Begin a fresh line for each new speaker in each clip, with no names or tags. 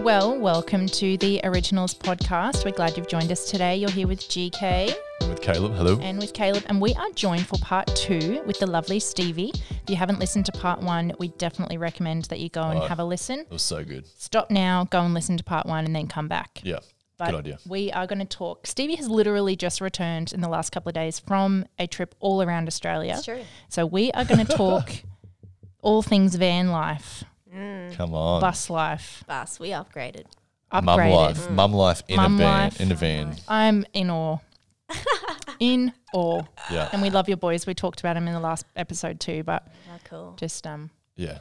Well, welcome to the Originals podcast. We're glad you've joined us today. You're here with GK
With Caleb, hello.
and with Caleb, and we are joined for part two with the lovely Stevie. If you haven't listened to part one, we definitely recommend that you go and
Oh.
have a listen.
That was so good.
Stop now, go and listen to part one, and then come back.
Yeah.
But
good idea.
we are going to talk. Stevie has literally just returned in the last couple of days from a trip all around Australia.
It's true.
So we are going to talk all things van life,
Come on.
mm, bus life,
Bus, we upgraded.
upgraded. Mm.
Mum life. Mum life in
Mum
a van.
life.
In a van.
I'm in awe. in awe.
Yeah.
And we love your boys. We talked about them in the last episode too, but
How cool.
just um
Yeah.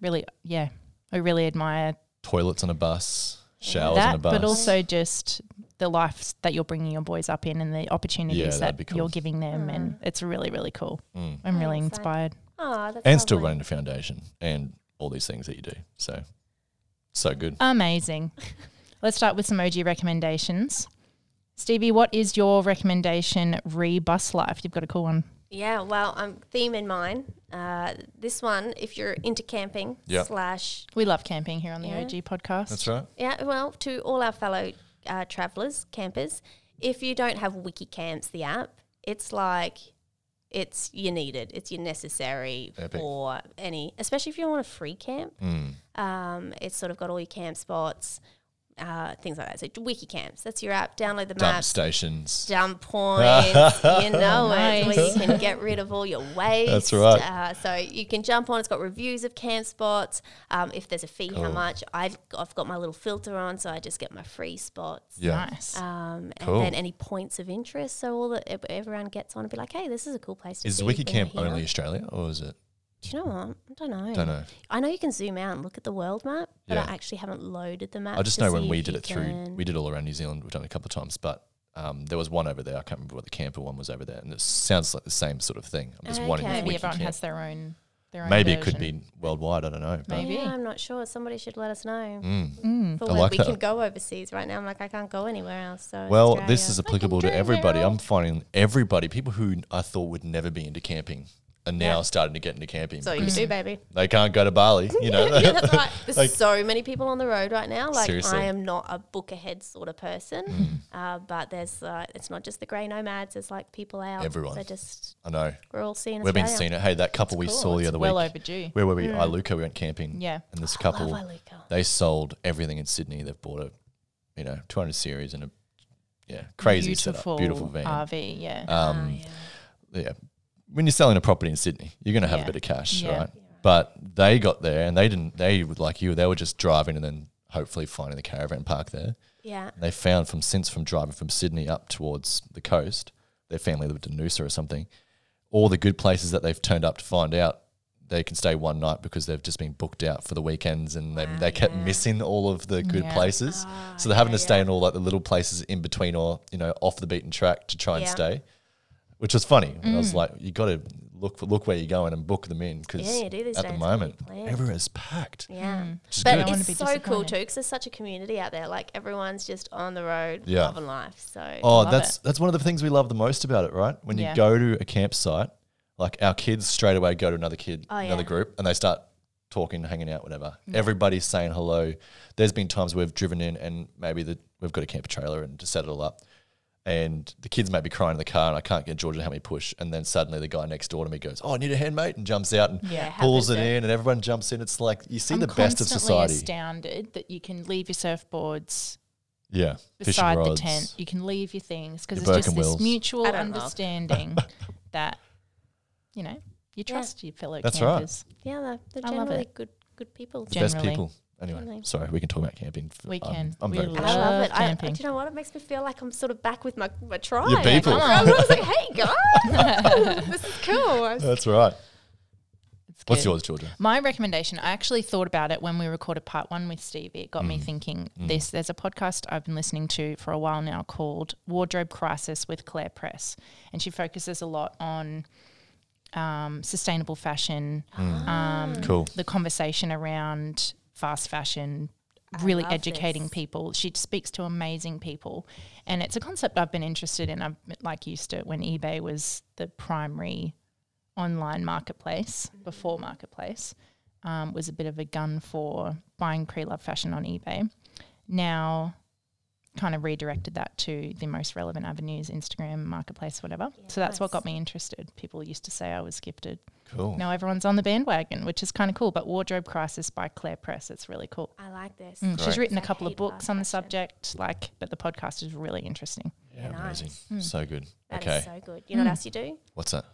really yeah, I really admire
Toilets on a bus. Showers on a
that,
bus.
but also just the life that you're bringing your boys up in and the opportunities
that'd
that
be cool. Mm.
you're giving them and it's really really cool. I'm really
Mm. Thanks,
inspired.
Oh, that's
and still
lovely.
running the foundation and all these things that you do. So, so good.
Amazing. Let's start with some OG recommendations. Stevie, what is your recommendation re bus life? You've got a cool one.
Yeah, well, um, theme in mine. Uh, this one, if you're into camping,
Yeah.
slash,
We love camping here on the
Yeah.
OG podcast.
That's right.
yeah, well, to all our fellow uh, travelers, campers, if you don't have Wikicamps, the app, it's like, it's you need it. It's your necessary
Epic. Hmm.
for any, especially if you want a free camp. Um, it's sort of got all your camp spots, uh, things like that. So Wikicamps, that's your app. Download the
Dump
maps.
stations.
Dump points. you know it. Where
Nice.
you can get rid of all your waste.
That's right.
Uh, so you can jump on. It's got reviews of camp spots. Um, if there's a fee, how
Cool.
much? I've, I've got my little filter on, so I just get my free spots.
Yeah.
Nice.
Um, and
Cool.
then any points of interest. So all that ev- everyone gets on and be like, hey, this is a cool place to
Is
be when you're
Wikicamp
here."
only Australia or is it?
Do you know what? I don't know.
Don't know.
I know you can zoom out and look at the world map, but
Yeah.
I actually haven't loaded the map.
I just
to
know when
see
we
if
did
you
it through,
can-
we did all around New Zealand. We've done it a couple of times, but um, there was one over there. I can't remember what the camper one was over there, and it sounds like the same sort of thing. I'm just wanting
Okay.
if
Maybe
we
everyone
can-
has their own. Their own
Maybe it could
version.
be worldwide. I don't know. But
Maybe.
Yeah, I'm not sure. Somebody should let us know.
Mm.
for
I
when
like
we
that.
can go overseas right now. I'm like, I can't go anywhere else. So it's
Well,
Australia.
this is applicable to
dream
everybody.
world.
I'm finding everybody, people who I thought would never be into camping, are now starting to get into camping.
so you
Mm.
do, baby.
they can't go to Bali, you know.
Yeah, that's right. There's
Like-
so many people on the road right now. Like
Seriously. Mm.
I am not a book ahead sort of person, uh, but there's uh, it's not just the grey nomads. It's like people out.
Everyone.
So just
I know.
we're all seeing.
We've been
Australia.
seeing it. Hey, that couple we
Cool.
saw the
It's
other
Well
week.
overdue.
Where were we? Iluka, we went camping.
Yeah.
And this couple,
Love Iluka.
they sold everything in Sydney. They've bought a, you know, 200 series and a, yeah, crazy
beautiful, uh,
setup. Beautiful van.
RV. Yeah.
um,
Oh, yeah.
yeah, when you're selling a property in Sydney, you're going to have
Yeah.
a bit of cash,
Yeah.
right? But they got there and they didn't. They would like you. They were just driving and then hopefully finding the caravan park there.
Yeah.
And they found from since from driving from Sydney up towards the coast, their family lived in Noosa or something. All the good places that they've turned up to find out they can stay one night because they've just been booked out for the weekends and they, they kept missing all of the good
Yeah.
places.
Ah,
so they're having to stay in all like the little places in between or you know off the beaten track to try and
Yeah. Mm.
stay, which was funny. And I was like, you got to look for, look where you're going and book them in because
Yeah, you do these
at the
days,
moment
you plan.
everywhere's packed.
Hmm.
Yeah.
is
But
good.
wanna be
it's so cool
disappointed.
too because there's such a community out there. Like everyone's just on the road,
Yeah.
loving life. So
Oh,
Love it.
that's that's one of the things we love the most about it, right? When you
Yeah.
go to a campsite, like our kids straight away go to another kid,
Oh,
another
yeah.
group, and they start talking, hanging out, whatever.
Mm.
Everybody's saying hello. There's been times we've driven in and maybe the, we've got a camper trailer and just set it all up. And the kids may be crying in the car, and I can't get Georgia to help me push. And then suddenly the guy next door to me goes, "Oh, I need a hand, mate!" and jumps out and
Yeah, it
pulls
happens,
it
yeah.
in, and everyone jumps in. It's like you see
I'm
the best of
constantly
society.
astounded that you can leave your surfboards
yeah, fishing
beside the
rods.
tent. You can leave your things because
Your
it's just
Birkin
this
wheels.
mutual
I don't know.
understanding that you know you trust your fellow
That's right.
campers.
yeah, they're, they're
I love
generally
it.
good good people.
The best
generally.
people. Anyway,
Generally.
sorry, we can talk about camping.
We
Um,
can.
I'm
We
very
love
I love it. I, do
camping.
you know what? It makes me feel like I'm sort of back with my, my tribe.
people.
I was like, hey, guys, this is cool. I was-
That's right.
It's
What's
good.
yours, Georgia?
My recommendation, I actually thought about it when we recorded part one with Stevie. It got me thinking this. There's a podcast I've been listening to for a while now called Wardrobe Crisis with Claire Press. And she focuses a lot on um, sustainable fashion, um,
Cool.
the conversation around fast fashion, really
love
educating
this.
people. She speaks to amazing people. And it's a concept I've been interested in. I've been- like used to it when eBay was the primary online marketplace
Mm-hmm.
before marketplace um, was a bit of a gun for buying pre-loved fashion on ebay now kind of redirected that to the most relevant avenues Instagram, Marketplace, whatever. so that's what
nice.
got me interested. People used to say I was gifted.
Cool.
Now everyone's on the bandwagon, which is kind of cool. But Wardrobe Crisis by Claire Press, it's really cool.
I like this.
Mm, She's
Great.
written a
I
couple of
hate fast
books on the
fashion.
subject, like, but the podcast is really interesting.
Yeah,
Nice.
amazing.
Hmm.
So good.
That is
okay.
so good. You know
Mm.
what else you do
What's that?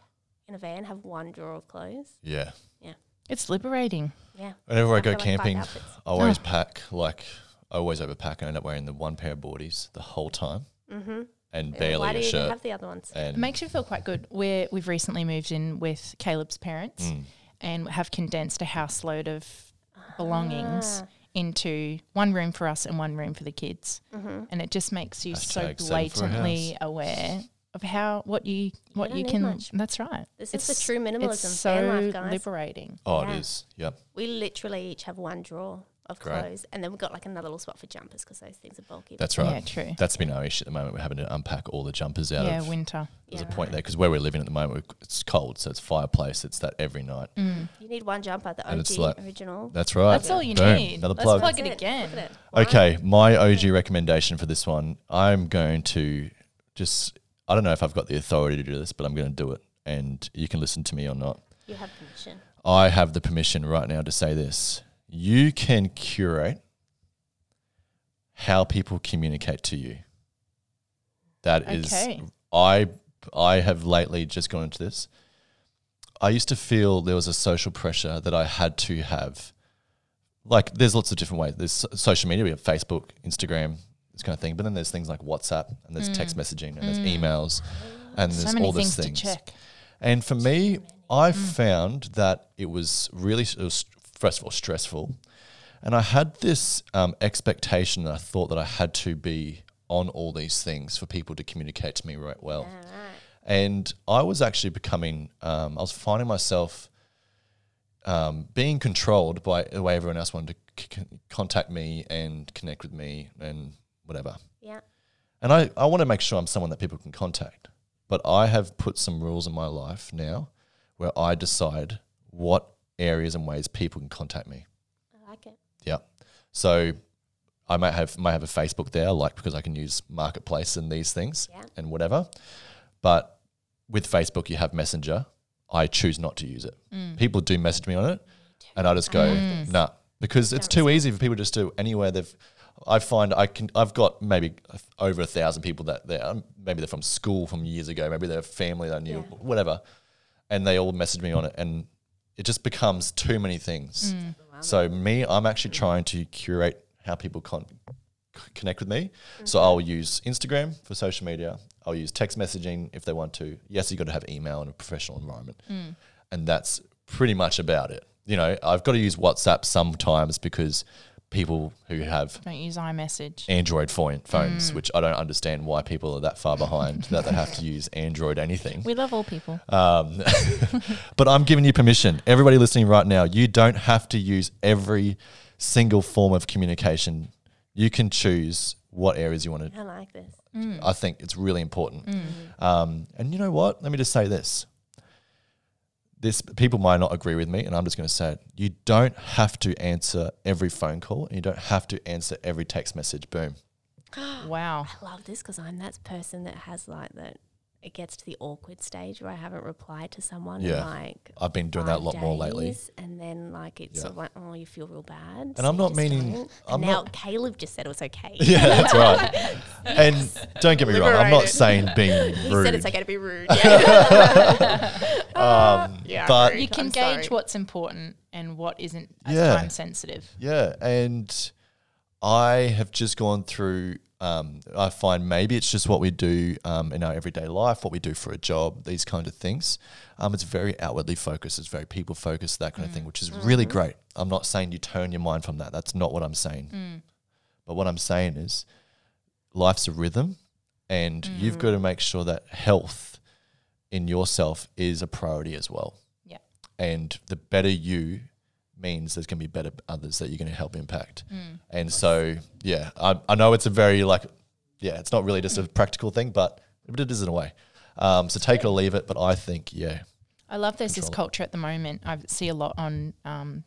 in a van? Have one drawer of clothes.
Yeah.
It's liberating.
Yeah.
Whenever I
I've
go
got, like, five
camping, I
outfits.
Oh.
always pack like I always overpack and end up wearing the one pair of boardies the whole time
Mm-hmm.
and
Why
barely
do
a
you even
shirt.
have the other ones?
It
And
makes you feel quite good. We're, we've recently moved in with Caleb's parents
Mm.
and have condensed a house load of belongings
Ah.
into one room for us and one room for the kids.
Mm-hmm.
And it just makes you
Hashtag
so
save for a house.
blatantly aware of how what you what
don't
you
need
can
much.
that's right.
This is
It's-
the true minimalism.
It's so
van life, guys.
liberating.
oh,
Yeah.
it is. Yep.
we literally each have one drawer of
Great.
clothes, and then we've got like another little spot for jumpers because those things are bulky.
That's right.
Yeah, true.
That's been our issue at the moment. We're having to unpack all the jumpers out
yeah,
of.
winter.
There's
Yeah,
a point
right.
there because where we're living at the moment, we're- it's cold, so it's fireplace. It's that every night.
You need one jumper, the
And
OG
it's like-
original.
That's right.
Mm. That's all you
Boom.
need.
Another
Let's
plug.
plug it
That's
again.
Look at it. One.
Okay, my OG recommendation for this one, I'm going to just, I don't know if I've got the authority to do this, but I'm going to do it. And you can listen to me or not.
You have permission.
I have the permission right now to say this. You can curate how people communicate to you. That is,
Okay.
I I have lately just gone into this. I used to feel there was a social pressure that I had to have. Like, there's lots of different ways. There's so- social media, we have Facebook, Instagram, this kind of thing. But then there's things like WhatsApp, and there's text messaging, and there's emails, and
Mm. So
there's
many
all these
things,
things.
to check.
And for me, I found that it was really s- it was first of all stressful, and I had this um, expectation that I thought that I had to be on all these things for people to communicate to me right well.
All right.
And I was actually becoming, um, I was finding myself um, being controlled by the way everyone else wanted to c- c- contact me and connect with me and whatever.
Yeah.
And I, I want to make sure I'm someone that people can contact. But I have put some rules in my life now where I decide what areas and ways people can contact me.
I like it.
Yeah. So I might have might have a Facebook there, like because I can use Marketplace and these things
Yeah.
and whatever. But with Facebook, you have Messenger. I choose not to use it. People do message me on it, and I just go
Mm.
nah because it's too easy for people just to anywhere they've. I find I can. I've got maybe over a thousand people that they're um, maybe they're from school from years ago, maybe they're family that I knew,
Yeah.
whatever, and they all message me on it, and it just becomes too many things. So me, I'm actually trying to curate how people con- c- connect with me. So I'll use Instagram for social media. I'll use text messaging if they want to. Yes, you got to have email in a professional environment, and that's pretty much about it. You know, I've got to use WhatsApp sometimes because people who have
Don't use iMessage.
Android phone, phones, which I don't understand why people are that far behind that they have to use Android anything.
We love all people.
Um, but I'm giving you permission. Everybody listening right now, you don't have to use every single form of communication. You can choose what areas you want to.
I like this.
I think it's really important. Um, and you know what? Let me just say this. This people might not agree with me, and I'm just going to say it. You don't have to answer every phone call, and you don't have to answer every text message. Boom.
wow.
I love this because I'm that person that has like that. It gets to the awkward stage where I haven't replied to someone. in,
Yeah.
Like
I've been doing that a
five
lot more lately.
days, And then like it's
Yeah.
sort of like, oh, you feel real bad.
And I'm
you
not
just
meaning-
don't.
I'm
and now
not-
Caleb just said it was okay.
Yeah, that's right. And don't get me wrong, I'm not
Liberated.
saying being
He
rude. Um,
said it's okay to be rude. Uh, Yeah. yeah,
but-
rude.
You can
I'm
gauge
sorry.
what's important and what isn't as
Yeah.
time sensitive.
Yeah, and I have just gone through. Um, I find maybe it's just what we do um, in our everyday life, what we do for a job, these kind of things. Um, it's very outwardly focused, it's very people focused, that kind of thing, which is really great. I'm not saying you turn your mind from that. That's not what I'm saying. But what I'm saying is life's a rhythm, and you've got to make sure that health in yourself is a priority as well
Yeah.
and the better you means there's going to be better others that you're going to help impact.
Mm.
And so, yeah, I, I know it's a very like, yeah, it's not really just a
Mm.
practical thing, but but it is in a way. Um, so take it or leave it, but I think yeah,
I love there's this
control it.
culture at the moment. I see a lot on, um,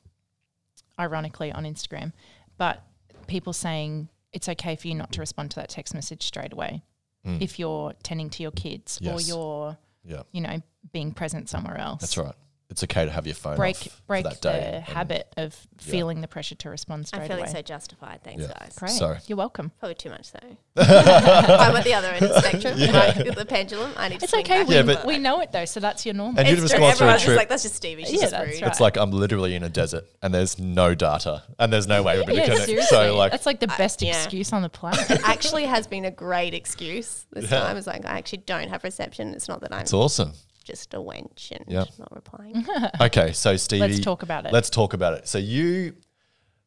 ironically, on Instagram, but people saying it's okay for you not to respond to that text message straight away if you're tending to your kids or
Hmm. Yes.
you're,
Yeah.
you know, being present somewhere else.
That's right. It's okay to have your phone off
Break
for
break
that
the
day. and-
habit of feeling the pressure to respond
I'm
straight
feeling
away.
so justified. Thanks,
Yeah.
guys.
Great.
Sorry.
You're welcome.
Probably too much, though. I'm at the other end of the spectrum. I- with the pendulum. I need to
It's
swing
okay.
back
We,
Yeah,
and
but-
forth.
we know it though, so that's your normal.
And you've
It's
just
true.
gone through a
Everyone's just
trip.
like, that's just Stevie. She's
Yeah,
just
that's
rude.
right.
It's like I'm literally in a desert and there's no data and there's no way we're going to
yeah,
connect.
seriously.
So like,
that's like the best
yeah.
excuse on the planet.
actually has been a great excuse this
Yeah.
time. It's like I actually don't have reception. It's not that I'm
it's awesome.
just a wench and
Yep.
not replying.
Mm-hmm.
Okay, so Stevie,
talk about it.
Let's talk about it. So you,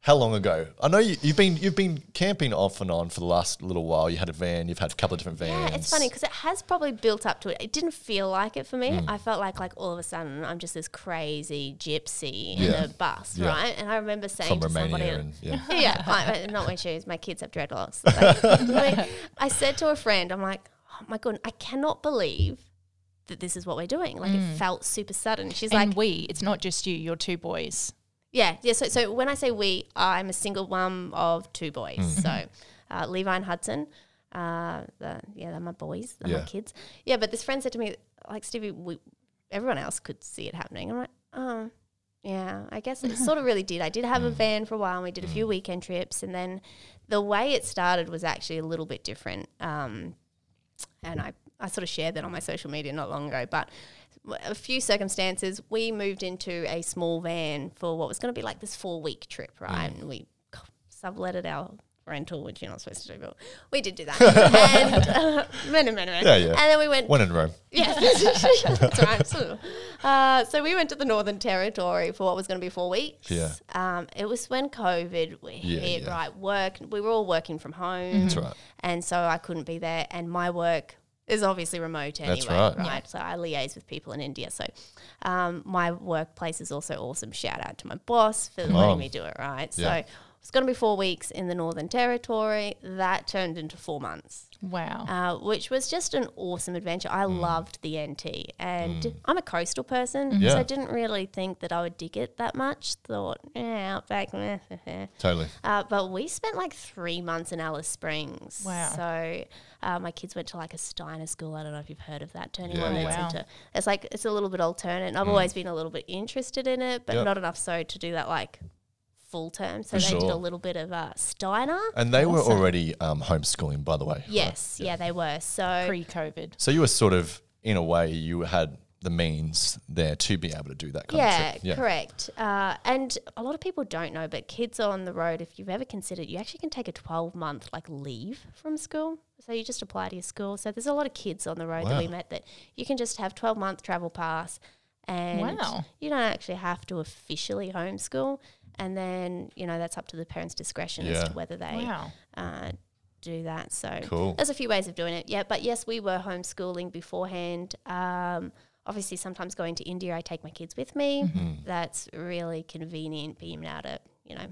how long ago? I know you, you've been you've been camping off and on for the last little while. You had a van. You've had a couple of different vans.
Yeah, it's funny because it has probably built up to it. It didn't feel like it for me.
Mm.
I felt like like all of a sudden I'm just this crazy gypsy
Yeah.
in a bus,
Yeah.
right? And I remember saying
from
to somebody,
Romania and yeah.
yeah, I, I- not my shoes. My kids have dreadlocks. Like, I, I said to a friend, I'm like, oh my god, I cannot believe that this is what we're doing. Like it felt super sudden. She's like,
Mm. and we, it's not just you, your two boys.
Yeah, yeah. So, so when I say we, I'm a single mum of two boys. So, uh, Levi and Hudson. Uh, the, yeah, they're my boys. They're
Yeah.
my kids. Yeah, but this friend said to me, like Stevie, we, everyone else could see it happening. I'm like, oh, yeah. I guess it sort of really did. I did have a van for a while. and We did a few weekend trips, and then the way it started was actually a little bit different. Um, and I, I sort of shared that on my social media not long ago, but a few circumstances, we moved into a small van for what was going to be like this four week trip, right?
Mm.
And we subletted our rental, which you're not supposed to do, but we did do that. and, uh, many, many, many.
Yeah, yeah.
and then we went
When in Rome,
yeah, that's right. So, uh, so we went to the Northern Territory for what was going to be four weeks.
Yeah.
Um, it was when COVID we
Yeah,
hit,
yeah.
right? Work. We were all working from home.
that's right.
And so I couldn't be there. And my work is obviously remote anyway,
That's
right?
right.
So I liaise with people in India. So um, my workplace is also awesome. Shout out to my boss for
Wow.
letting me do it, right?
Yeah.
So it's going to be four weeks in the Northern Territory. That turned into four months
Wow.
uh, which was just an awesome adventure. I
Mm.
loved the NT, and I'm a coastal person, so
Yeah.
I didn't really think that I would dig it that much. Thought, eh, outback, meh, meh, meh."
Totally.
Uh, but we spent like three months in Alice Springs.
Wow.
So uh, my kids went to like a Steiner school. I don't know if you've heard of that. Turning
Yeah,
one
yeah. Mm.
that's
Wow.
into it's like it's a little bit alternate. And I've always been a little bit interested in it, but
Yep.
not enough so to do that like full term. So
For
they did
sure.
a little bit of uh, Steiner.
And they were already um, homeschooling, by the way.
Yes, yeah. they were. So
Pre-COVID.
So you were sort of, in a way, you had the means there to be able to do that kind
yeah,
of trip. Yeah,
correct. Uh, and a lot of people don't know, but kids on the road, if you've ever considered, you actually can take a 12 month like leave from school. So you just apply to your school. So there's a lot of kids on the road that we
Wow.
met that you can just have 12 month travel pass and
Wow.
you don't actually have to officially homeschool. And then, you know, that's up to the parents' discretion as
Yeah.
to whether they
Wow.
uh, do that. So
Cool.
there's a few ways of doing it. Yeah, but yes, we were homeschooling beforehand. Um, obviously, sometimes going to India, I take my kids with me. That's really convenient being out at, you know,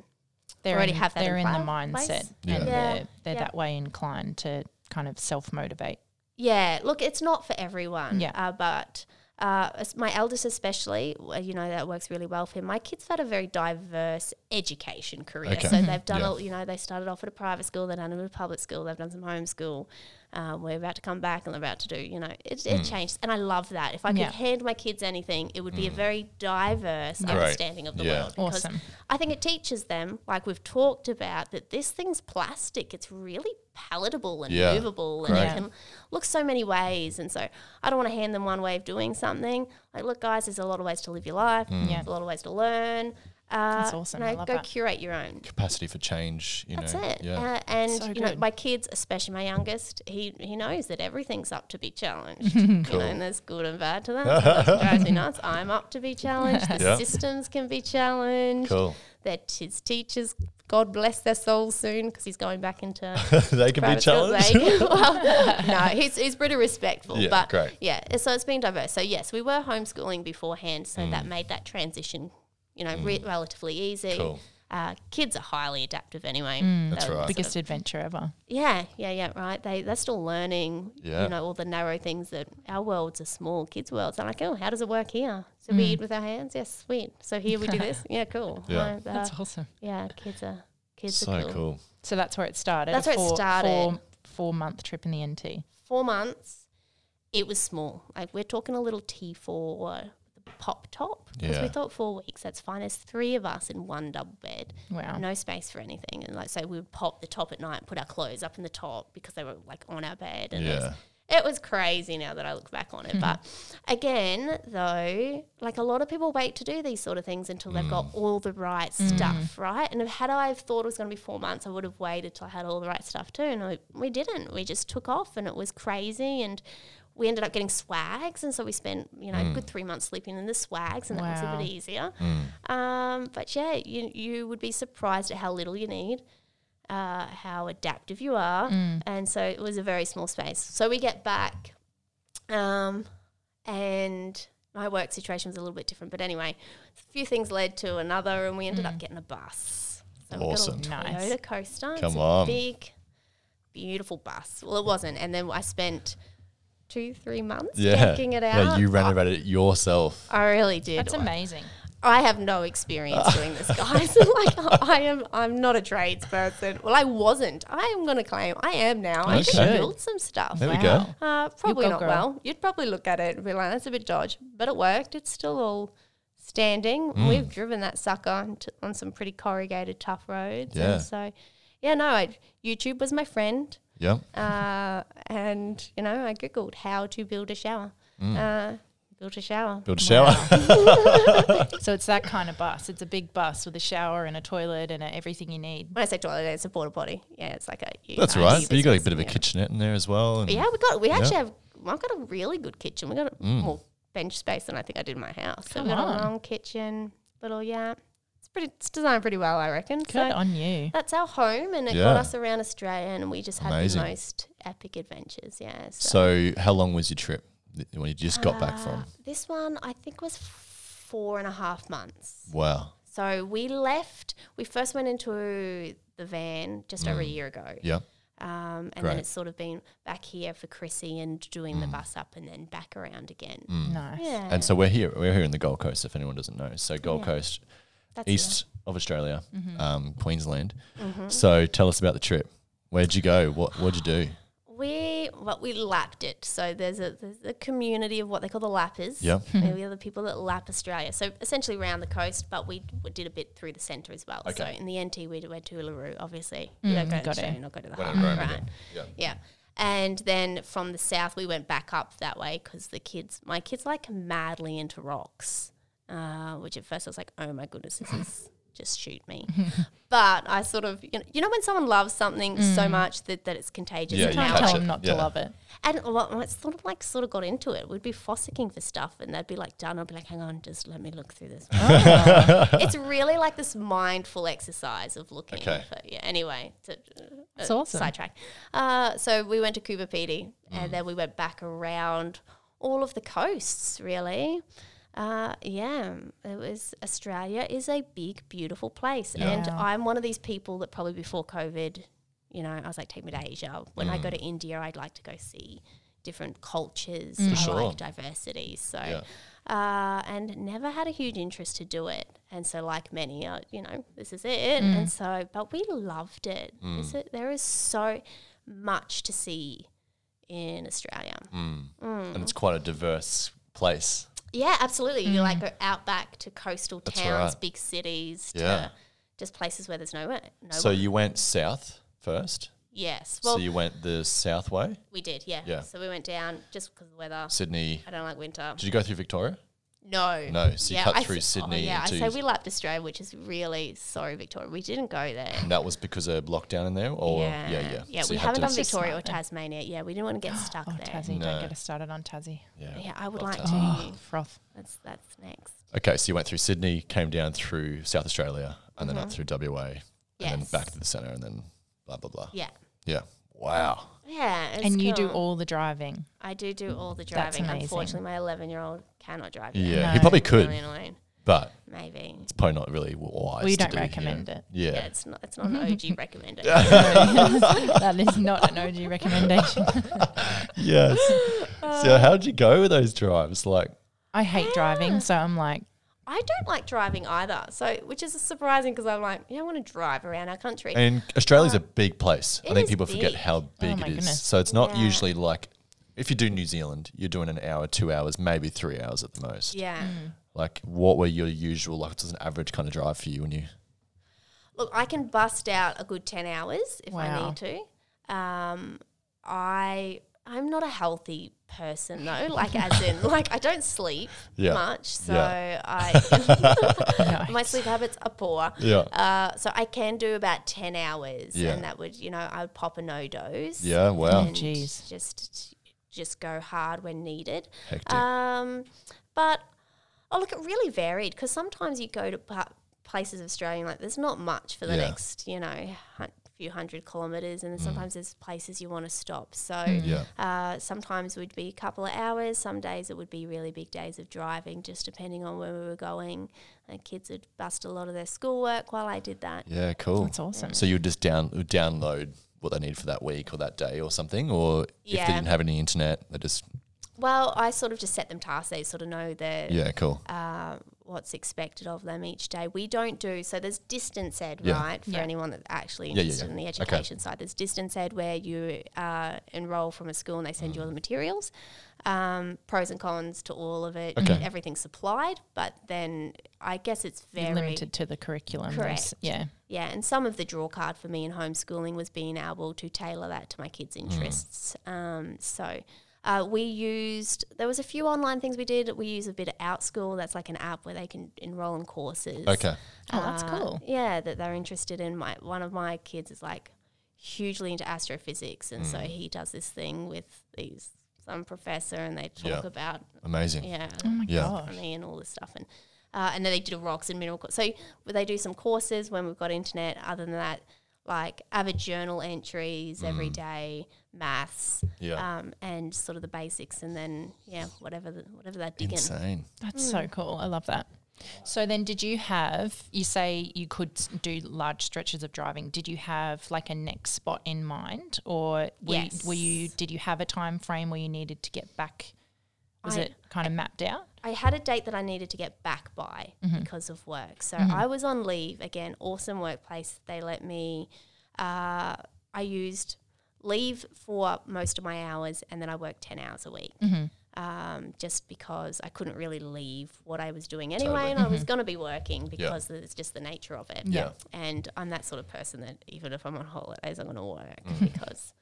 They
already
in,
have that
They're
in
in the
pla-
mindset,
place.
Yeah.
and
Yeah.
they're, they're
Yeah.
that way inclined to kind of self-motivate.
Yeah, look, it's not for everyone.
Yeah.
Uh, but uh, as- my eldest, especially, w- you know, that works really well for him. My kids have had a very diverse education career.
Okay. Mm-hmm.
So they've done,
Yeah.
all you know, they started off at a private school, they've done it at a public school, they've done some homeschool. Um, we're about to come back and they're about to do, you know, it, it
Mm.
changes. And I love that. If I could
Yeah.
hand my kids anything, it would be a very diverse
Mm. Right.
understanding of the
Yeah.
world. because
Awesome.
I think it teaches them, like we've talked about, that this thing's plastic. It's really palatable and
Yeah.
movable and
Correct.
it can look so many ways. And so I don't want to hand them one way of doing something. Like, look, guys, there's a lot of ways to live your life.
Yeah.
Mm.
There's a lot of ways to learn. Uh,
That's awesome.
you know,
I love
go
that.
curate your own.
Capacity for change. You
That's
know.
it.
Yeah.
Uh, and
So
you know,
good.
my kids, especially my youngest, he he knows that everything's up to be challenged. You know, and there's good and bad to that. So that drives me nuts. I'm up to be challenged. The
Yeah.
systems can be challenged.
cool.
That his teachers, God bless their souls soon, because he's going back into
they can be
private school.
challenged.
They- well, no, he's, he's pretty respectful.
Yeah,
but
great.
yeah, so it's been diverse. So yes, we were homeschooling beforehand, so that
Mm.
made that transition, you know, re- relatively easy.
Cool.
Uh, kids are highly adaptive anyway.
That's
They'll
right.
sort of-
Biggest adventure ever.
yeah, yeah, yeah, right. They they're still learning,
Yeah.
you know, all the narrow things that our worlds are small, kids' worlds. I'm like, oh, how does it work here? So we eat with our hands, yes, sweet. So here we do this, yeah, cool.
Yeah.
No, uh,
That's awesome.
yeah, kids are Kids
so
are cool.
cool.
So that's where it started.
That's
a
where it
four,
started.
Four, four month trip in the NT.
Four months, it was small. Like we're talking a little T4 pop top because we
Yeah.
thought four weeks that's fine. There's three of us in one double bed.
Wow.
no space for anything. And like, so we would pop the top at night, put our clothes up in the top because they were like on our bed. And it was-
Yeah.
it was crazy now that I look back on it. but again, though, like a lot of people wait to do these sort of things until they've got all the right stuff, right? And if- had I have thought it was going to be four months, I would have waited till I had all the right stuff too. And I, we didn't. We just took off and it was crazy. And we ended up getting swags. And so we spent, you know, a good three months sleeping in the swags. And that was a
Wow.
bit easier. Um, but yeah, you, you would be surprised at how little you need uh, how adaptive you are.
Mm.
And so it was a very small space. So we get back, um, and my work situation was a little bit different. But anyway, a few things led to another, and we ended up getting a bus. So
Awesome.
We got a
Mm.
Toyota
Nice.
Coaster.
Come
it's
on.
A big, beautiful bus. Well, it wasn't. And then I spent two, three months
Yeah.
checking it
Yeah,
out.
you
I-
renovated it yourself.
I really did.
That's amazing.
I have no
Uh.
experience doing this, guys. like I am, I'm not a tradesperson. Well, I wasn't. I am going to claim I am now. I should
Okay.
build some stuff.
There we
Wow.
go.
Uh, probably
go,
not
girl.
well. You'd probably look at it and be like, "That's a bit dodge," but it worked. It's still all standing.
Mm.
We've driven that sucker on, t- on some pretty corrugated, tough roads.
Yeah.
And so, yeah, no, I, YouTube was my friend
Yeah.
uh, and you know, I googled how to build a shower.
Mm.
Uh, build a shower.
Build a shower.
So it's that kind of bus. It's a big bus with a shower and a toilet and a, everything you need.
When I say toilet, it's a porta potty. Yeah, it's like a. you
That's
know,
right.
use
But you
this
got a
as-
bit of a
yeah.
kitchenette in there as well. And
But yeah, we got. We actually
Yeah. Mm.
have. Well, I've got a really good kitchen. We got more bench space than I think I did in my house. So we
Come
got
on.
a long kitchen, little yeah. It's pretty. It's designed pretty well, I reckon.
Good
So
on you.
that's our home, and it
Yeah.
got us around Australia, and we just had
Amazing.
the most epic adventures. Yeah. So,
So, how long was your trip th- when you just got back from?
this one I think was four and a half months.
Wow.
So we left. We first went into the van just over a
Mm.
year ago.
Yeah.
Um, and
Great. Mm.
then it's sort of been back here for Chrissy and doing the bus up and then back around again.
Nice.
Yeah.
And so we're here. We're here in the Gold Coast. If anyone doesn't know, so Gold Coast,
That's Mm-hmm.
east of Australia, um, Queensland. So tell us about the trip. Where'd you go? What What'd you do?
We well, we lapped it. So there's a there's a community of what they call the lappers.
Yep.
Hmm.
Maybe the people that lap Australia. So essentially around the coast, but we, d- we did a bit through the centre as well. So
Okay.
in the NT we d- went to Uluru, obviously. you don't go to
Mm, got it.
Australia, not go to the
Went
harbour,
to Rome,
right?
yeah.
Yeah. And then from the south, we went back up that way because the kids, my kids, like madly into rocks. Uh, which at first I was like, oh my goodness, this is just shoot me. but I sort of, you know, you know when someone loves something so
Mm.
much that, that it's contagious.
Yeah,
and
you
now
Can't
catch
tell
it.
them not
Yeah.
to love it.
and well, I sort of like sort of got into it. We'd be fossicking for stuff, and they'd be like done. I'd be like, hang on, just let me look through this. Oh. it's really like this mindful exercise of looking.
Okay.
For, yeah. Anyway, to, uh,
That's awesome.
Sidetrack. Uh, so we went to Cooper Pedy,
Mm.
and then we went back around all of the coasts. Really, uh, yeah. It was Australia is a big, beautiful place, and
Yeah.
I'm one of these people that probably before COVID you know, I was like, take me to Asia. When I go to India, I'd like to go see different cultures. I
sure.
like diversity. So, uh, and never had a huge interest to do it. And so, like many, uh, you know, this is it. And so, but we loved it. It's a- there is so much to see in Australia.
And
Mm.
it's quite a diverse place.
Yeah, absolutely. You like go out back to coastal towns,
Mm. right.
big cities,
Yeah.
to just places where there's nowhere. No
So
one.
you went south first.
yes. Well,
so you went the south way,
we did, yeah.
Yeah.
So we went down just because of the weather.
Sydney.
I don't like winter.
Did you go through Victoria?
No.
No, so you cut through
s-
Sydney
Oh, yeah,
into-
so we lapped Australia, which is really sorry, Victoria. We didn't go there.
And that was because of lockdown in there, or yeah, yeah,
Yeah,
So
we
you
haven't
had
done
to,
That's just
Victoria or
smart then.
Tasmania. Yeah, we didn't want to get stuck
Oh,
there.
Tassie,
No.
don't get us started on Tassie.
Yeah, I would
Love
like
Tassie.
Oh,
to.
froth.
That's that's next.
Okay, so you went through Sydney, came down through South Australia, and then up through WA, and then
Mm-hmm. Yes.
back to the centre, and then blah blah blah.
Yeah.
Yeah. Wow.
Yeah, it's
And you do
cool.
all the driving.
I do do all the
That's
driving.
amazing.
Unfortunately, my 11 year old cannot drive. yet.
Yeah, he
No.
probably could,
Really annoying.
but
Maybe.
it's probably not really wise.
We
to
don't
do, you know?
recommend it.
Yeah.
Yeah, it's not. It's not an OG recommended.
that is not an OG recommendation.
Yes. so how would you go with those drives? Like,
I hate driving, so I'm like,
I don't like driving either. So, which is surprising because I'm like, yeah, I want to drive around our country.
And Australia's a big place. I
Uh, it
think
is
people forget
big. Oh
how big
my
it is.
goodness.
So it's not
Yeah.
usually like if you do New Zealand, you're doing an hour, two hours, maybe three hours at the most.
yeah.
Like what were your usual like what's an average kind of drive for you when you
Look, I can bust out a good 10 hours if I
Wow.
need to. Um, I I'm not a healthy person though, like as in like I don't sleep
Yeah.
much, so
Yeah.
I my sleep habits are poor.
Yeah.
Uh, so I can do about 10 hours
Yeah.
and that would, you know, I would pop a no dose.
Yeah, wow.
and
Jeez.
just just go hard when needed.
Hectic.
Um, but oh, look, it really varied because sometimes you go to pa- places of Australia and like there's not much for the
Yeah. Mm.
next you know hun- few hundred kilometers, and then sometimes there's places you want to stop. So
Yeah.
uh, sometimes it would be a couple of hours. Some days it would be really big days of driving, just depending on where we were going. And kids would bust a lot of their schoolwork while I did that.
Yeah, cool.
That's awesome.
So you would just down would download what they need for that week or that day or something, or if
Yeah.
they didn't have any internet, they just
Well, I sort of just set them tasks. They sort of know the
yeah, cool.
uh, what's expected of them each day. We don't do so. There's distance ed,
Yeah.
right? For
Yeah.
anyone that's actually
yeah,
interested
yeah.
in the
Okay.
education side, there's distance ed where you uh, enroll from a school and they send
Mm.
you all the materials, um, pros and cons to all of it.
Okay.
Everything's supplied, but then I guess it's very
You're limited to the curriculum. There's-
Correct.
Yeah.
yeah, and some of the draw card for me in homeschooling was being able to tailor that to my kids'
Mm.
interests. Um, so uh, we used there was a few online things we did. We use a bit of Outschool. That's like an app where they can enroll in courses.
Okay.
Oh, that's
Uh,
cool.
Yeah, that they're interested in. My one of my kids is like hugely into astrophysics, and so
Mm.
he does this thing with these some professor, and they talk
Yeah.
about
Amazing.
yeah
Oh my
Yeah.
gosh.
me and all this stuff and uh, and then they do rocks and mineral co- so they do some courses when we've got internet other than that like avid journal entries every day maths
Mm. Yeah.
um, and sort of the basics and then yeah whatever the, whatever that digging
Insane.
That's so cool. I love that. So then did you have you say you could s- do large stretches of driving. Did you have like a next spot in mind or were, you- were you
Yes.
did you have a time frame where you needed to get back? Was
I-
it kind of mapped out?
I had a date that I needed to get back by
Mm-hmm.
because of work. So I was on leave again. Awesome workplace. They let me. Uh, I used leave for most of my hours, and then I worked ten hours a week.
Mm-hmm.
Um, just because I couldn't really leave what I was doing anyway,
Totally. Mm-hmm.
and I was going to be working because it's just the nature of it.
Yeah.
And I'm that sort of person that even if I'm on holidays, I'm going to work because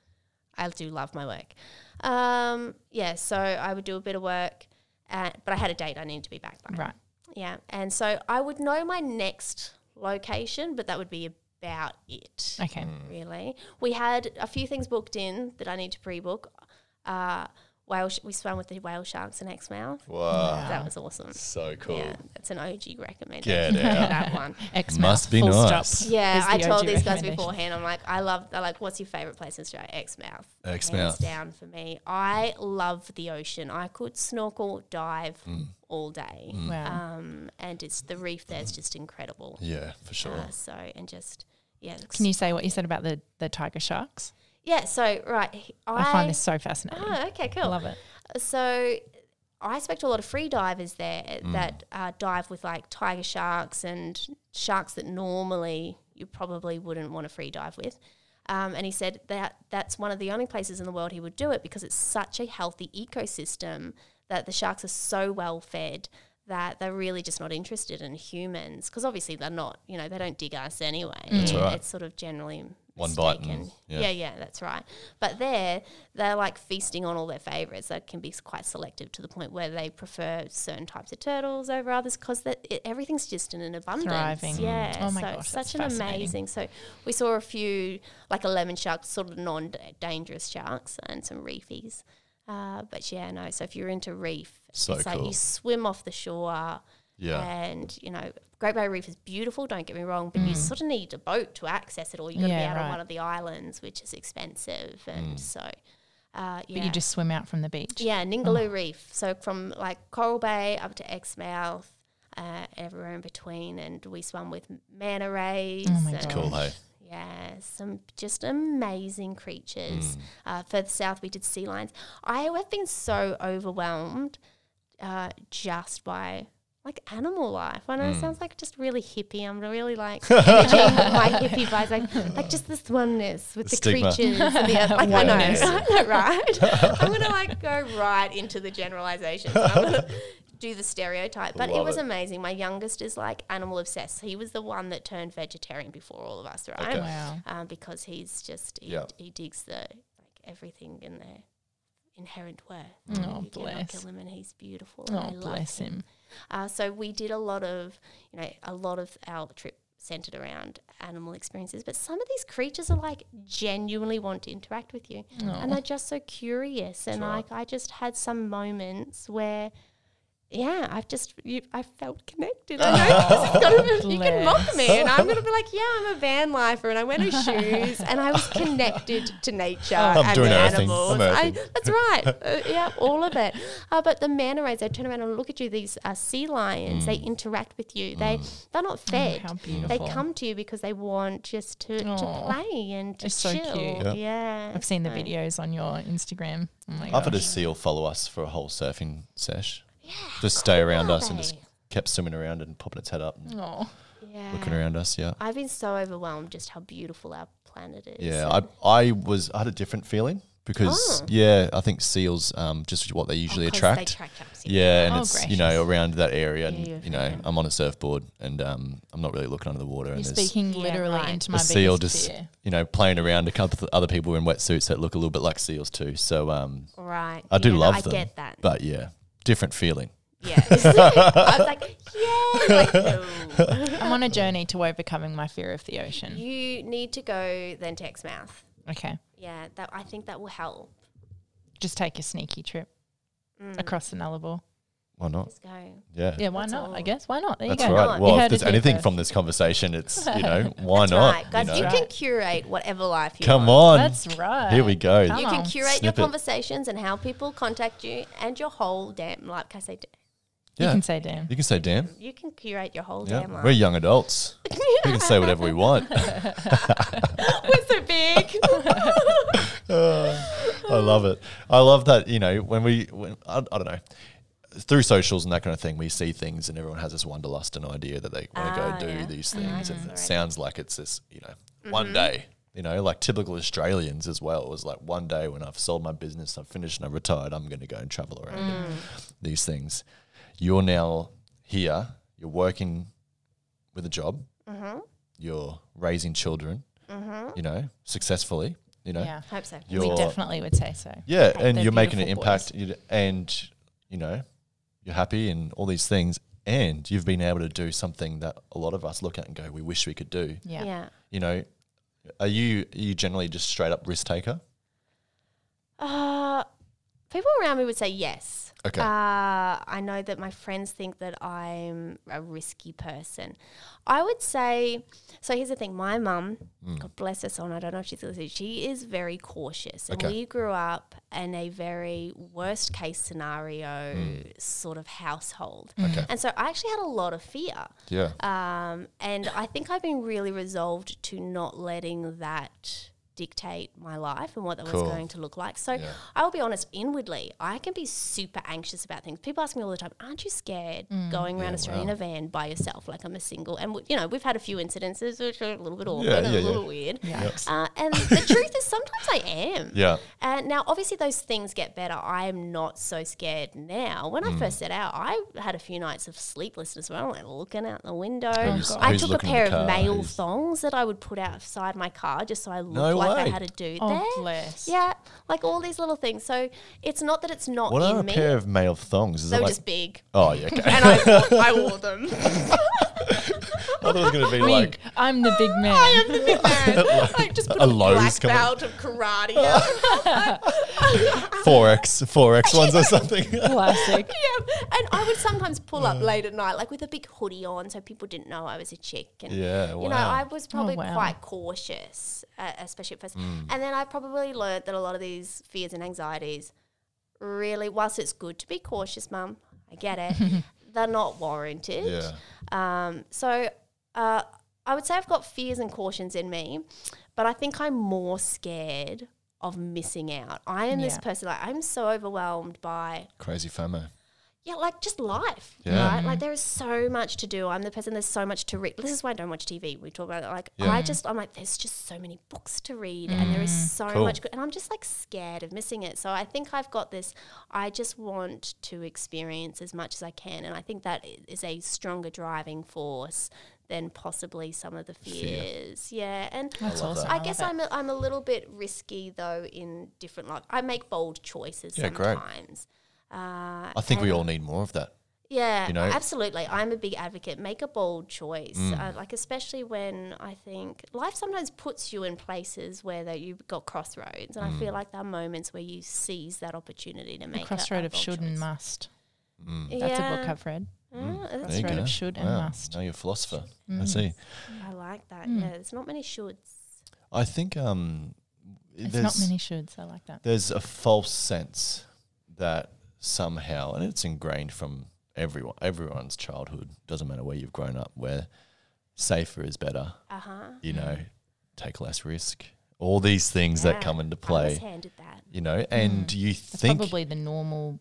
I do love my work. Um, yeah, so I would do a bit of work, uh, but I had a date I needed to be back by.
Right.
Yeah, and so I would know my next location, but that would be about it.
Okay.
Really, we had a few things booked in that I need to pre-book. Uh, whale, sh- we swam with the whale sharks in Exmouth.
Wow.
That was awesome.
So cool.
Yeah, that's an OG recommendation.
Get out.
that one.
X
Must be
full
nice.
Stop.
Yeah,
is
I
the OG
told these guys
recommendation.
beforehand. I'm like, I love. They're like, what's your favorite place in Australia? Exmouth. Hands
Exmouth.
down for me. I love the ocean. I could snorkel, dive all day,
Hmm.
Wow.
um, and it's the reef there's just incredible.
Yeah, for sure.
Uh, so and just yeah,
Can you say what you said about the, the tiger sharks?
yeah. So right, he- I,
I, find this so fascinating.
Oh, okay, cool.
I love it.
So I spoke to a lot of free divers there
Mm.
that uh, dive with like tiger sharks and sharks that normally you probably wouldn't want to free dive with. Um, and he said that that's one of the only places in the world he would do it because it's such a healthy ecosystem that the sharks are so well fed that they're really just not interested in humans because obviously they're not, you know, they don't dig us anyway.
That's right.
It's sort of generally
One bite and-
mistaken.
yeah.
yeah, yeah, that's right. But there, they're like feasting on all their favorites. They can be s- quite selective to the point where they prefer certain types of turtles over others because everything's just in an abundance.
Thriving. Mm.
Yeah.
Oh my
so
gosh,
it's
that's
such an
fascinating.
amazing. So we saw a few, like a lemon shark, sort of non dangerous sharks and some reefies. Uh, but yeah, no. So if you're into reef,
So
it's like
cool.
you swim off the shore.
Yeah.
And, you know, Great Barrier Reef is beautiful, don't get me wrong, but you sort of need a boat to access it or you've got to be
Yeah,
out on
right.
one of the islands, which is expensive. And so, uh, yeah.
But you just Oh. swim out from the beach.
yeah, Ningaloo Reef. So from like Coral Bay up to Exmouth, uh, everywhere in between. And we swam with manta rays.
Oh my
and-
gosh.
Cool, hey.
yeah, some just amazing creatures.
Mm.
Uh, further south, we did sea lions. I have been so overwhelmed uh, just by like animal life. I know
Mm.
it sounds like just really hippie. I'm really like energy, my hippie vibes, like like just this oneness with
The
the,
stigma.
creatures and the other. Like I know,
Oneness.
I know, right? I'm gonna like go right into the generalizations. I'm gonna do the stereotype, but it
Love
was
it.
amazing. My youngest is like animal obsessed. He was the one that turned vegetarian before all of us, right?
Okay.
Wow.
Um, because he's just he,
Yeah.
he digs the like everything in their inherent worth.
Oh,
you cannot
bless.
kill him, and he's beautiful. and I
Oh,
love
bless him.
uh, so we did a lot of, you know, a lot of our trip centered around animal experiences. But some of these creatures are like genuinely want to interact with you, and they're just so curious. And
Oh. right.
like I just had some moments where. Yeah, I've just you, I felt connected. I know you just gotta- you can mock me, and I'm gonna be like, "Yeah, I'm a van lifer, and I wear no shoes, and I was connected to nature
I'm
and
doing
the
earthing.
animals."
I'm
I-
earthing.
that's right. Uh, yeah, all of it. Uh, but the manta rays, they turn around and look at you. These uh, sea lions,
Mm.
they interact with you. They they're not fed.
Oh, how
they
beautiful.
come to you because they want just to,
Aw.
to play and to
It's so
chill.
cute.
Yeah.
Yeah.
I've seen the
so-
videos on your Instagram. Oh my
I've had a
gosh.
seal follow us for a whole surfing sesh. Yeah, just stay around
are
us and just
they?
kept swimming around and popping its head up and
Oh,
Yeah.
looking around us. Yeah.
I've been so overwhelmed just how beautiful our planet is.
Yeah, I I was I had a different feeling because
Oh.
yeah, I think seals um just what they usually
Because They
attract.
track us. Yeah.
Yeah, and
Oh,
it's you know around that area, and
Yeah, you're
you know I'm on a surfboard, and um I'm not really looking under the water,
you're
and there's
speaking
Yeah,
literally
right.
into
a
my
seal
biggest
just
fear.
you know playing around. A couple of other people in wetsuits that look a little bit like seals too. So um
Right.
I do
Yeah, no,
love
I
them,
get that.
but yeah, different feeling.
yeah. I was like, yeah. Like, no.
I'm on a journey to overcoming my fear of the ocean.
You need to go then to Exmouth.
Okay,
Yeah, that I think that will help.
just take a sneaky trip across the Nullarbor.
Why not?
Let's go.
Yeah.
Yeah, why
Mm. That's
not? I
all.
guess why not? There you
That's
go.
right.
not?
Well,
You
if
heard it
there's
here
anything
first.
from this conversation, it's you know why
That's
not?
right, guys. You,
know?
That's
can
right.
curate whatever life you
Come
want.
on,
That's right.
here we go.
Come
You
on.
can curate your
Snippet.
conversations and how people contact you and your whole damn life. Can I say? da-
You
Yeah.
can say damn.
You can say damn.
You can curate your whole
Yeah,
damn life.
we're young adults. We can say whatever we want.
We're so big.
I love it. I love that. You know, when we, when, I, I don't know, through socials and that kind of thing, we see things and everyone has this wanderlust and idea that they want to
Ah,
go do
yeah.
these things, and it sounds like it's this, you know,
Mm-hmm.
one day. You know, like typical Australians as well. It was like one day when I've sold my business, I've finished, and I've retired. I'm going to go and travel around and
Mm.
these things. You're now here. You're working with a job. You're raising children. You know, successfully. You know,
Yeah,
Hope so.
we
You're-
definitely would say so.
yeah, and
They're
you're making an
beautiful
impact, you and you know, you're happy and all these things, and you've been able to do something that a lot of us look at and go, "We wish we could do."
Yeah.
Yeah.
You know, are you are you generally just straight up risk taker?
Uh, people around me would say yes.
Okay.
Uh, I know that my friends think that I'm a risky person. I would say, so here's the thing my mum,
Mm.
God bless her soul, and I don't know if she's listening, she is very cautious. And
Okay.
we grew up in a very worst case scenario sort of household.
Mm. Okay.
And so I actually had a lot of fear.
Yeah.
Um, and I think I've been really resolved to not letting that dictate my life and what that
Cool.
was going to look like. So
Yeah.
I'll be honest, inwardly, I can be super anxious about things. People ask me all the time, aren't you scared going around Australia in a van by yourself? Like I'm a single. And, w- you know, we've had a few incidences which are a little bit awkward
Yeah,
and
yeah,
a
yeah.
little weird.
Yikes.
Uh, and the truth is sometimes I am.
Yeah.
Uh, now, obviously, those things get better. I am not so scared now. When
Hmm.
I first set out, I had a few nights of sleeplessness where I'm like looking out the window.
Who's-
I
Oh, who's
took a
looking in
pair
the car?
of male
Who's-
thongs that I would put outside my car just so I looked
No
like
way.
I had a dude
Oh,
there.
bless.
Yeah, like all these little things. So it's not that it's not
What
in
are a
me.
pair of male thongs? Is
they
it
were
like?
just big.
Oh yeah. Okay.
And I, I wore them.
I thought it was gonna be
Me,
like
I'm the big man.
I am the big man. like just put
A
a,
Lowe's
black
coming. Oh,
belt of karate. out.
four X four X ones or something.
Classic.
yeah. And I would sometimes pull up late at night, like with a big hoodie on, so people didn't know I was a chick. And
Yeah,
you know,
wow.
I was probably
Oh, wow.
quite cautious, uh, especially at first.
Hmm.
And then I probably learnt that a lot of these fears and anxieties, really, whilst it's good to be cautious, Mum, I get it, they're not warranted.
yeah.
Um, so uh, I would say I've got fears and cautions in me, but I think I'm more scared of missing out. I am this
Yeah.
person, like, I'm so overwhelmed by
Crazy FOMO.
yeah, like just life,
Yeah.
right?
Mm-hmm.
Like there is so much to do. I'm the person. There's so much to read. This is why I don't watch TV. We talk about it. Like
Yeah.
I just, I'm like, there's just so many books to read, and there
Mm.
is so
Cool.
much, good, and I'm just like scared of missing it. So I think I've got this. I just want to experience as much as I can, and I think that i- is a stronger driving force than possibly some of the
Fear.
fears. Yeah, and
That's
love
awesome.
that.
I guess
love it.
I'm a, I'm a little bit risky though in different life. I make bold choices
Yeah, great.
sometimes. Uh,
I think we
and-
all need more of that.
yeah,
you know? Mm.
absolutely. I'm a big advocate. Make a bold choice, uh, like especially when I think life sometimes puts you in places where that you've got crossroads, and
Mm.
I feel like there are moments where you seize that opportunity to make a-
Crossroad
a
of
bold
should and
choice.
must.
Yeah.
That's a book I've read.
Ah, that's
There you
right,
go.
of should and must. Mm.
Now you're a philosopher. I see.
I like that. Yeah, there's not many shoulds.
I think um,
It's
there's
not many shoulds. I like that.
there's a false sense that somehow, and it's ingrained from everyone everyone's childhood. Doesn't matter where you've grown up, where safer is better.
Uh huh.
Mm.
You know, take less risk. All these things that come into
I was
play.
handed that.
You know, and you
That's
think
Mm. probably the normal,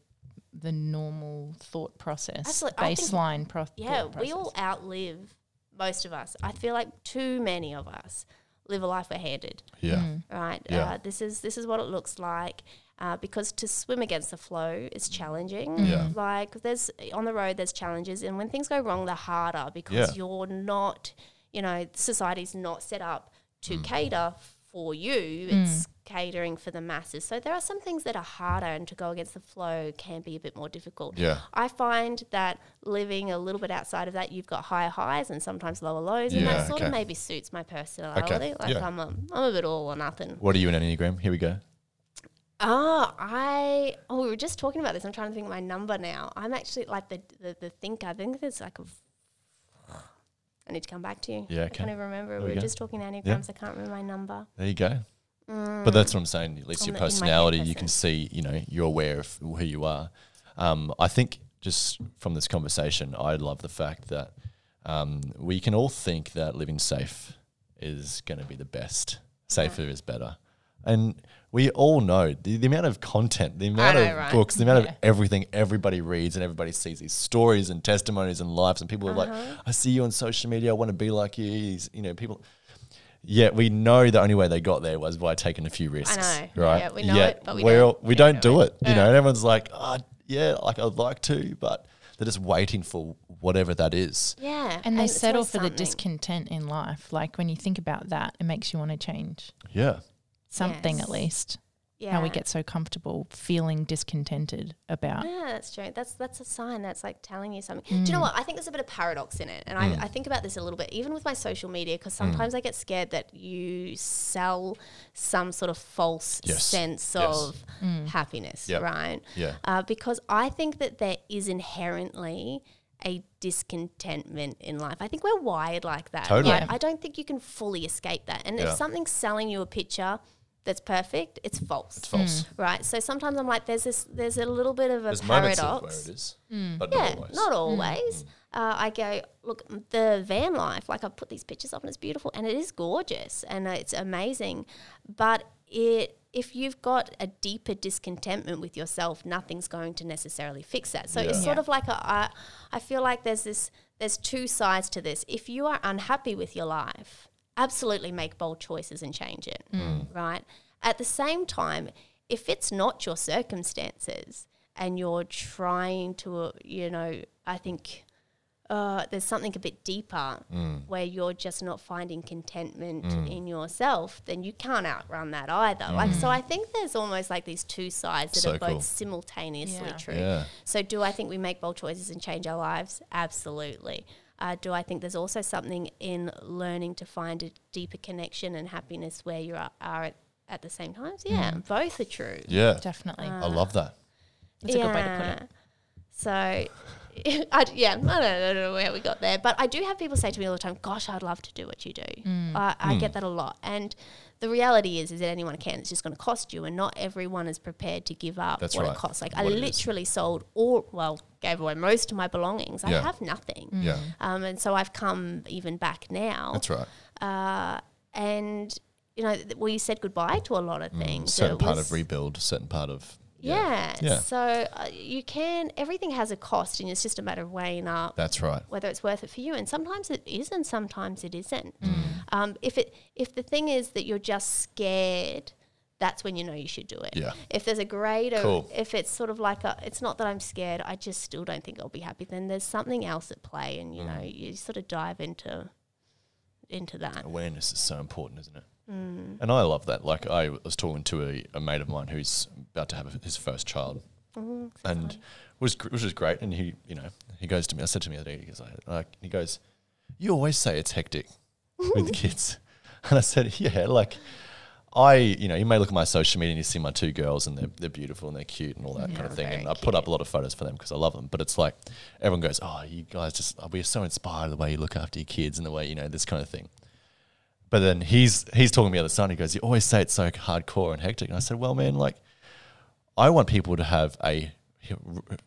the normal thought process,
Absolutely. I think-
baseline pro-
Yeah,
thought
we all
process.
outlive most of us. I feel like too many of us live a life we're handed.
yeah,
Mm.
right?
Yeah.
Uh, this is this is what it looks like. Uh, because to swim against the flow is challenging.
Mm-hmm. Yeah.
Like there's on the road, there's challenges, and when things go wrong, they're harder because
Yeah.
you're not, you know, society's not set up
Mm.
to cater for you. It's catering for the masses. So there are some things that are harder, and to go against the flow can be a bit more difficult.
Yeah.
I find that living a little bit outside of that, you've got higher highs and sometimes lower lows, and
Yeah,
that sort
okay.
of maybe suits my personality. Like
yeah.
I'm a, I'm a bit all or nothing.
What are you an enneagram? Here we go.
Ah, I oh, we were just talking about this. I'm trying to think of my number now. I'm actually like the the, the thinker. I think there's like a. I need to come back to you.
Yeah,
I
okay.
can't even remember.
There
we
we
were
go.
just talking anagrams. I can't remember my number. Mm,
There you go. But that's what I'm saying. At least
I'm
your
Hmm. the- in my head
personality, you
person.
can see, you know, you're aware of who you are. Um, I think just from this conversation, I love the fact that um, we can all think that living safe is going to be the best. Safer
Mm-hmm.
is better. And we all know the, the amount of content, the amount
know,
of
right?
books, the amount of everything everybody reads and everybody sees these stories and testimonies and lives. And people are
Uh-huh.
like, I see you on social media. I want to be like you. These- You know, people. Yeah, we know the only way they got there was by taking a few risks.
know.
Right.
Yeah, we know
Yet
it, but we
we're
don't-
all- we
we don't
don't
do
do
it.
it. You know, and everyone's like, oh, yeah, like I'd like to, but they're just waiting for whatever that is.
Yeah,
And they
it's
settle
always
for the
something.
discontent in life. Like when you think about that, it makes you want to change
Yeah.
something
Yes.
at least.
Yeah.
How we get so comfortable feeling discontented about.
Yeah, that's true. That's that's a sign that's like telling you something. Do you
Mm.
know what? I think there's a bit of paradox in it, and I, I think about this a little bit, even with my social media, because
Mm.
sometimes I get scared that you sell some sort of false
Yes.
sense
Yes. Mm.
of happiness,
Yep.
right?
Yeah.
Uh, because I think that there is inherently a discontentment in life. I think we're wired like that.
Totally.
Like, I don't think you can fully escape that. And
Yeah.
if something's selling you a picture that's perfect, it's false
It's false.
right? So sometimes I'm like, there's this, there's a little bit of a
There's moments of where
paradox. Mm.
it is, but
Yeah,
not always.
not always.
Mm.
Uh, I go look m- the van life. Like I put these pictures up, and it's beautiful, and it is gorgeous, and uh, it's amazing. But it, if you've got a deeper discontentment with yourself, nothing's going to necessarily fix that. So it's
Yeah.
sort of like a, I, I feel like there's this, there's two sides to this. If you are unhappy with your life, absolutely make bold choices and change it,
Mm.
right? At the same time, if it's not your circumstances and you're trying to, uh, you know, I think uh, there's something a bit deeper
Mm.
where you're just not finding contentment in yourself, then you can't outrun that either. Like, so I think there's almost like these two sides that
Mm. So
are both
cool.
simultaneously
Yeah.
true.
Yeah.
So, do I think we make bold choices and change our lives? Absolutely. Uh, do I think there's also something in learning to find a deeper connection and happiness where you are, are at, at the same time? Yeah, both are true.
Yeah.
Definitely.
Uh,
I love that.
That's a good way to put it.
So, I, d- yeah, I don't, I don't know where we got there, but I do have people say to me all the time, "Gosh, I'd love to do what you do."
Mm.
I, I
Mm.
get that a lot, and the reality is, is that anyone can. It's just going to cost you, and not everyone is prepared to give up
That's
what
right,
it costs. Like
what
I
it is.
literally sold all, well, gave away most of my belongings.
Yeah.
I have nothing,
Mm.
Yeah.
um, and so I've come even back now
That's right.
uh, and you know th- we said goodbye to a lot of things.
Mm. Certain
It
part
was-
of rebuild, certain part of
Yeah.
Yeah.
So uh, you can, everything has a cost and it's just a matter of weighing up
That's right.
whether it's worth it for you. And sometimes it is, and sometimes it isn't. Um, if it if the thing is that you're just scared, that's when you know you should do it.
Yeah.
If there's a greater,
Cool.
if it's sort of like a, it's not that I'm scared. I just still don't think I'll be happy. Then there's something else at play, and you know
Mm.
you sort of dive into into that. Mm.
Awareness is so important, isn't it? And I love that. Like I was talking to a, a mate of mine who's about to have his first child,
Oh,
and was gr- which was great. And he, you know, he goes to me. I said to me the other day, he goes like, like, he goes, "You always say it's hectic with kids," and I said, "Yeah, like." I, you know, you may look at my social media and you see my two girls and they're, they're beautiful and they're cute and all that kind of thing.
very
And I put up a lot of photos for them because I love them. But it's like everyone goes, "Oh, you guys just we're so inspired the way you look after your kids and the way you know this kind of thing." But then he's he's talking to me the other side. and He goes, "You always say it's so hardcore and hectic." And I said, "Well, man, like I want people to have a r-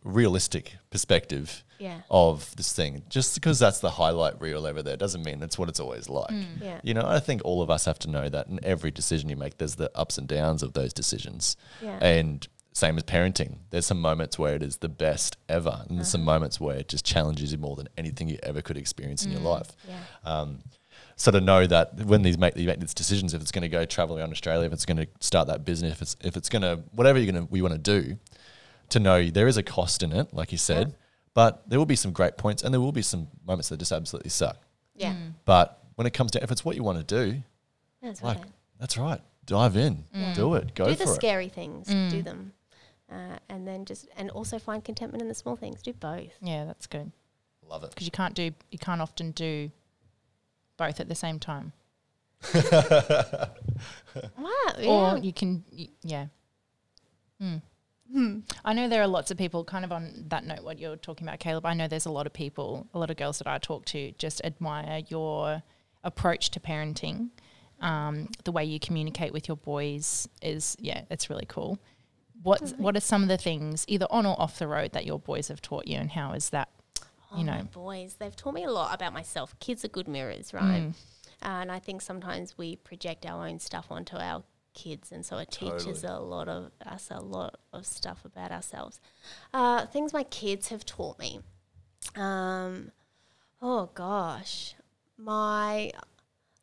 realistic perspective
Yeah.
of this thing. Just because that's the highlight reel over there doesn't mean that's what it's always like.
Yeah.
You know, I think all of us have to know that in every decision you make, there's the ups and downs of those decisions.
Yeah.
And same as parenting, there's some moments where it is the best ever, and there's some moments where it just challenges you more than anything you ever could experience in your life.
Yeah.
Um, so to know that when these make you make these decisions, if it's going to go travel around Australia, if it's going to start that business, if it's if it's going to whatever you're going to we want to do, to know there is a cost in it, like you said, but there will be some great points and there will be some moments that just absolutely suck.
Yeah.
Mm.
But when it comes to if it's what you want to do,
That's
like
right.
that's right, dive in,
Mm.
do it, go
Mm. do
for
the
it.
scary things. Do them. Uh, and then just and also find contentment in the small things. Do both.
Yeah, that's good
Love it.
because you can't do you can't often do both at the same time,
Wow. Yeah.
or you can y- yeah. Hmm. I know there are lots of people kind of on that note what you're talking about Caleb. I know there's a lot of people, a lot of girls that I talk to just admire your approach to parenting. Um, the way you communicate with your boys is yeah, it's really cool. What what are some of the things either on or off the road that your boys have taught you and how is that you
Oh, my
know.
boys, they've taught me a lot about myself. Kids are good mirrors,
Mm.
right? Uh, And I think sometimes we project our own stuff onto our kids, and so it teaches a lot of us a lot of stuff about ourselves. Uh, things my kids have taught me. Um, oh gosh, my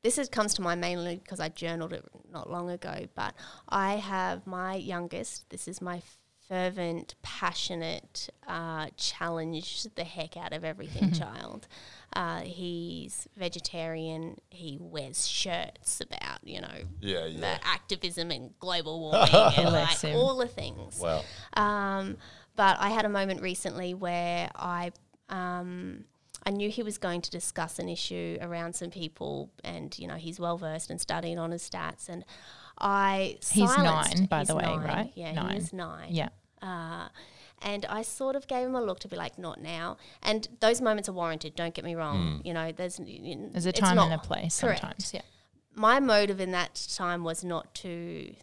this is, comes to mind mainly because I journaled it not long ago, but I have my youngest. This is my fervent, passionate, uh, challenge the heck out of everything child. Uh, he's vegetarian. He wears shirts about, you know,
Yeah,
the
yeah.
activism and global warming and like
Bless him.
all the things.
Wow.
Um, but I had a moment recently where I um, I knew he was going to discuss an issue around some people, and you know he's well versed and studying on his stats. And I
He's
silenced-
nine, by the
he's
way, right?
Yeah,
Nine.
he is nine.
Yeah.
Uh, and I sort of gave him a look to be like, not now. And those moments are warranted. Don't get me wrong. You know, there's
There's
there's
a time and a place
correct.
sometimes. Yeah.
my motive in that time was not to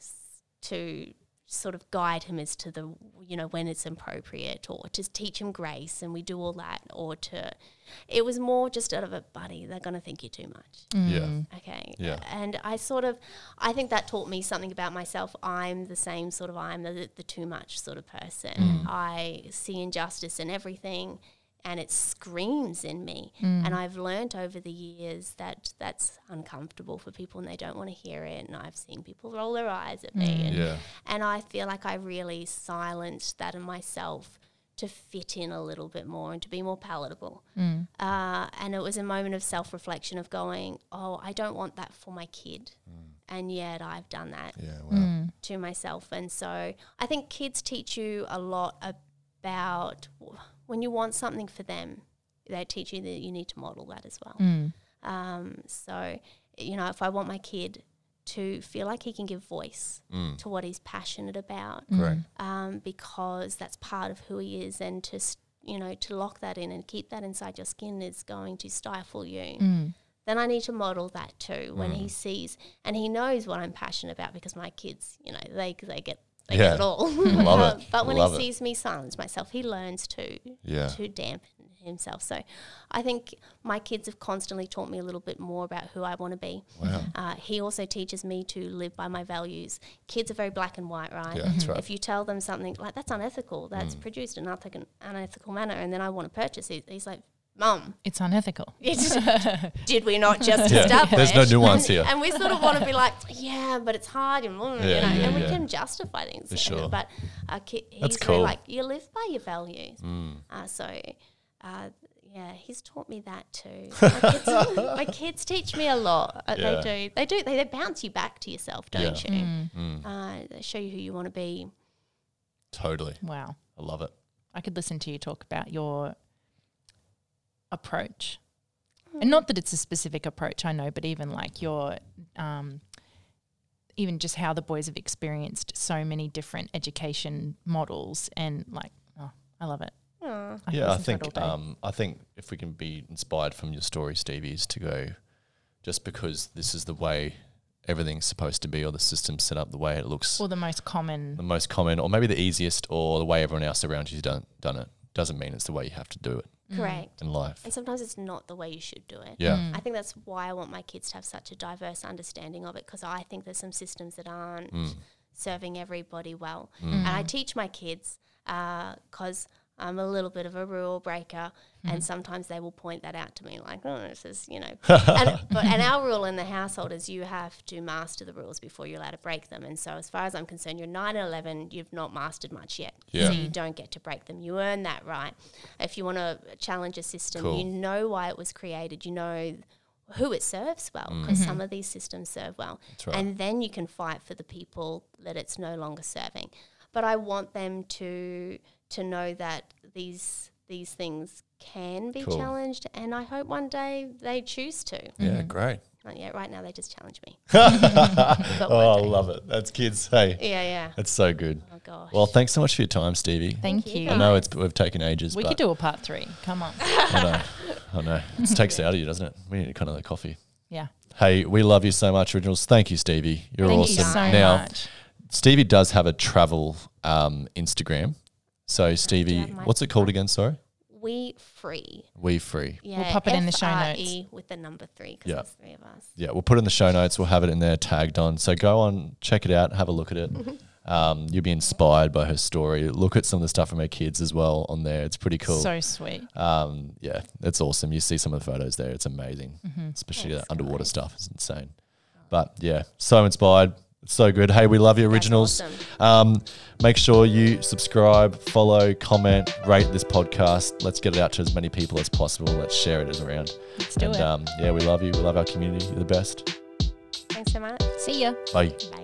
to sort of guide him as to the you know when it's appropriate or to teach him grace and we do all that or to it was more just out of a buddy they're going to think you're too much
Yeah.
Mm. okay
Yeah.
and i sort of i think that taught me something about myself i'm the same sort of i'm the, the too much sort of person
Mm.
i see injustice in everything and it screams in me
Mm.
and i've learnt over the years that that's uncomfortable for people and they don't want to hear it and i've seen people roll their eyes at me and,
Mm. Yeah.
and i feel like i really silenced that in myself to fit in a little bit more and to be more palatable uh, and it was a moment of self reflection of going, oh, I don't want that for my kid. And yet I've done that
Yeah. Wow.
to myself. And so I think kids teach you a lot about w- when you want something for them, they teach you that you need to model that as well.
Hmm.
Um, so, you know, if I want my kid to feel like he can give voice to what he's passionate about,
Great.
um, because that's part of who he is, and to s- you know to lock that in and keep that inside your skin is going to stifle you.
Mm.
Then I need to model that too when he sees and he knows what I'm passionate about because my kids, you know, they they get they
Yeah.
get it all.
Love it.
but when
Love it.
he sees me silence myself, he learns to
Yeah.
to dampen himself. So I think my kids have constantly taught me a little bit more about who I want to be. Uh, he also teaches me to live by my values. Kids are very black and white, right?
Yeah, that's right. Mm.
If you tell them something like that's unethical, that's produced in an unethic- unethical manner, and then I want to purchase it, he's like, Mum,
It's unethical.
did we not just
Yeah,
establish?
there's no nuance here.
And we sort of want to be like, yeah, but it's hard, and, mm, you
Yeah,
know,
yeah,
and we
yeah.
can justify things.
For sure.
But our ki- he's
That's
very
cool. Mm.
like, you live by your values. Uh, so, uh, yeah, he's taught me that too. My kids, my kids teach me a lot. Uh,
Yeah.
They do. They do. They, they bounce you back to yourself, don't
Yeah. Mm.
you? Uh, they show you who you want to be.
Totally.
Wow.
I love it.
I could listen to you talk about your approach. And not that it's a specific approach, I know, but even like your, um, even just how the boys have experienced so many different education models and like, oh, I love it.
Aw.
I could
yeah, I
listen to it
think
all day.
um, I think if we can be inspired from your story, Stevie, is to go just because this is the way everything's supposed to be, or the system's set up the way it looks,
or the most common.
the most common, or maybe the easiest, or the way everyone else around you's done done it, doesn't mean it's the way you have to do it
Correct.
in life.
And sometimes it's not the way you should do it.
Yeah,
I think that's why I want my kids to have such a diverse understanding of it because I think there's some systems that aren't
Mm.
serving everybody well. And I teach my kids because I'm a little bit of a rule breaker, and sometimes they will point that out to me, like, "Oh, this is you know." and, but, and our rule in the household is you have to master the rules before you're allowed to break them. And so, as far as I'm concerned, you're nine and eleven. You've not mastered much yet,
Yeah.
so you don't get to break them. You earn that right. If you want to challenge a system,
Cool.
you know why it was created. You know who it serves well because some of these systems serve well
Mm. right.
and then you can fight for the people that it's no longer serving but i want them to to know that these these things can be
Cool.
challenged and i hope one day they choose to
yeah,
Mm-hmm.
great.
not yet right now they just challenge me
Oh,
but
I
one day.
love it. That's kids. Hey,
yeah yeah
that's so good.
oh gosh
Well, thanks so much for your time, Stevie.
Thank
Thank you
you.
I know it's we've taken ages.
We
but
could do a part three. Come on.
I know. I know. It takes it out of you, doesn't it? We need a kind of like coffee.
Yeah.
Hey, we love you so much, Originals. Thank you, Stevie. You're
Thank
awesome.
you so
now,
much.
Stevie does have a travel um, Instagram. So, Stevie,
have my-
what's it called again? Sorry,
we free
We Free.
yeah
pop it in the show notes.
FRE with the number three because
Yeah.
there's three of us
Yeah, we'll put it in the show notes. We'll have it in there tagged on. So go on, check it out, have a look at it. Um, you'll be inspired by her story. Look at some of the stuff from her kids as well on there. It's pretty cool.
So sweet.
um, yeah, it's awesome. You see some of the photos there. It's amazing,
Mm-hmm.
especially the underwater stuff. It's insane. But yeah, so inspired. It's so good. Hey, we love your originals.
awesome.
Um, make sure you subscribe, follow, comment, rate this podcast. Let's get it out to as many people as possible. Let's share it as around.
Let's do
and
it.
Um, yeah, we love you. We love our community. You're the best.
thanks so much
See ya.
Bye.
bye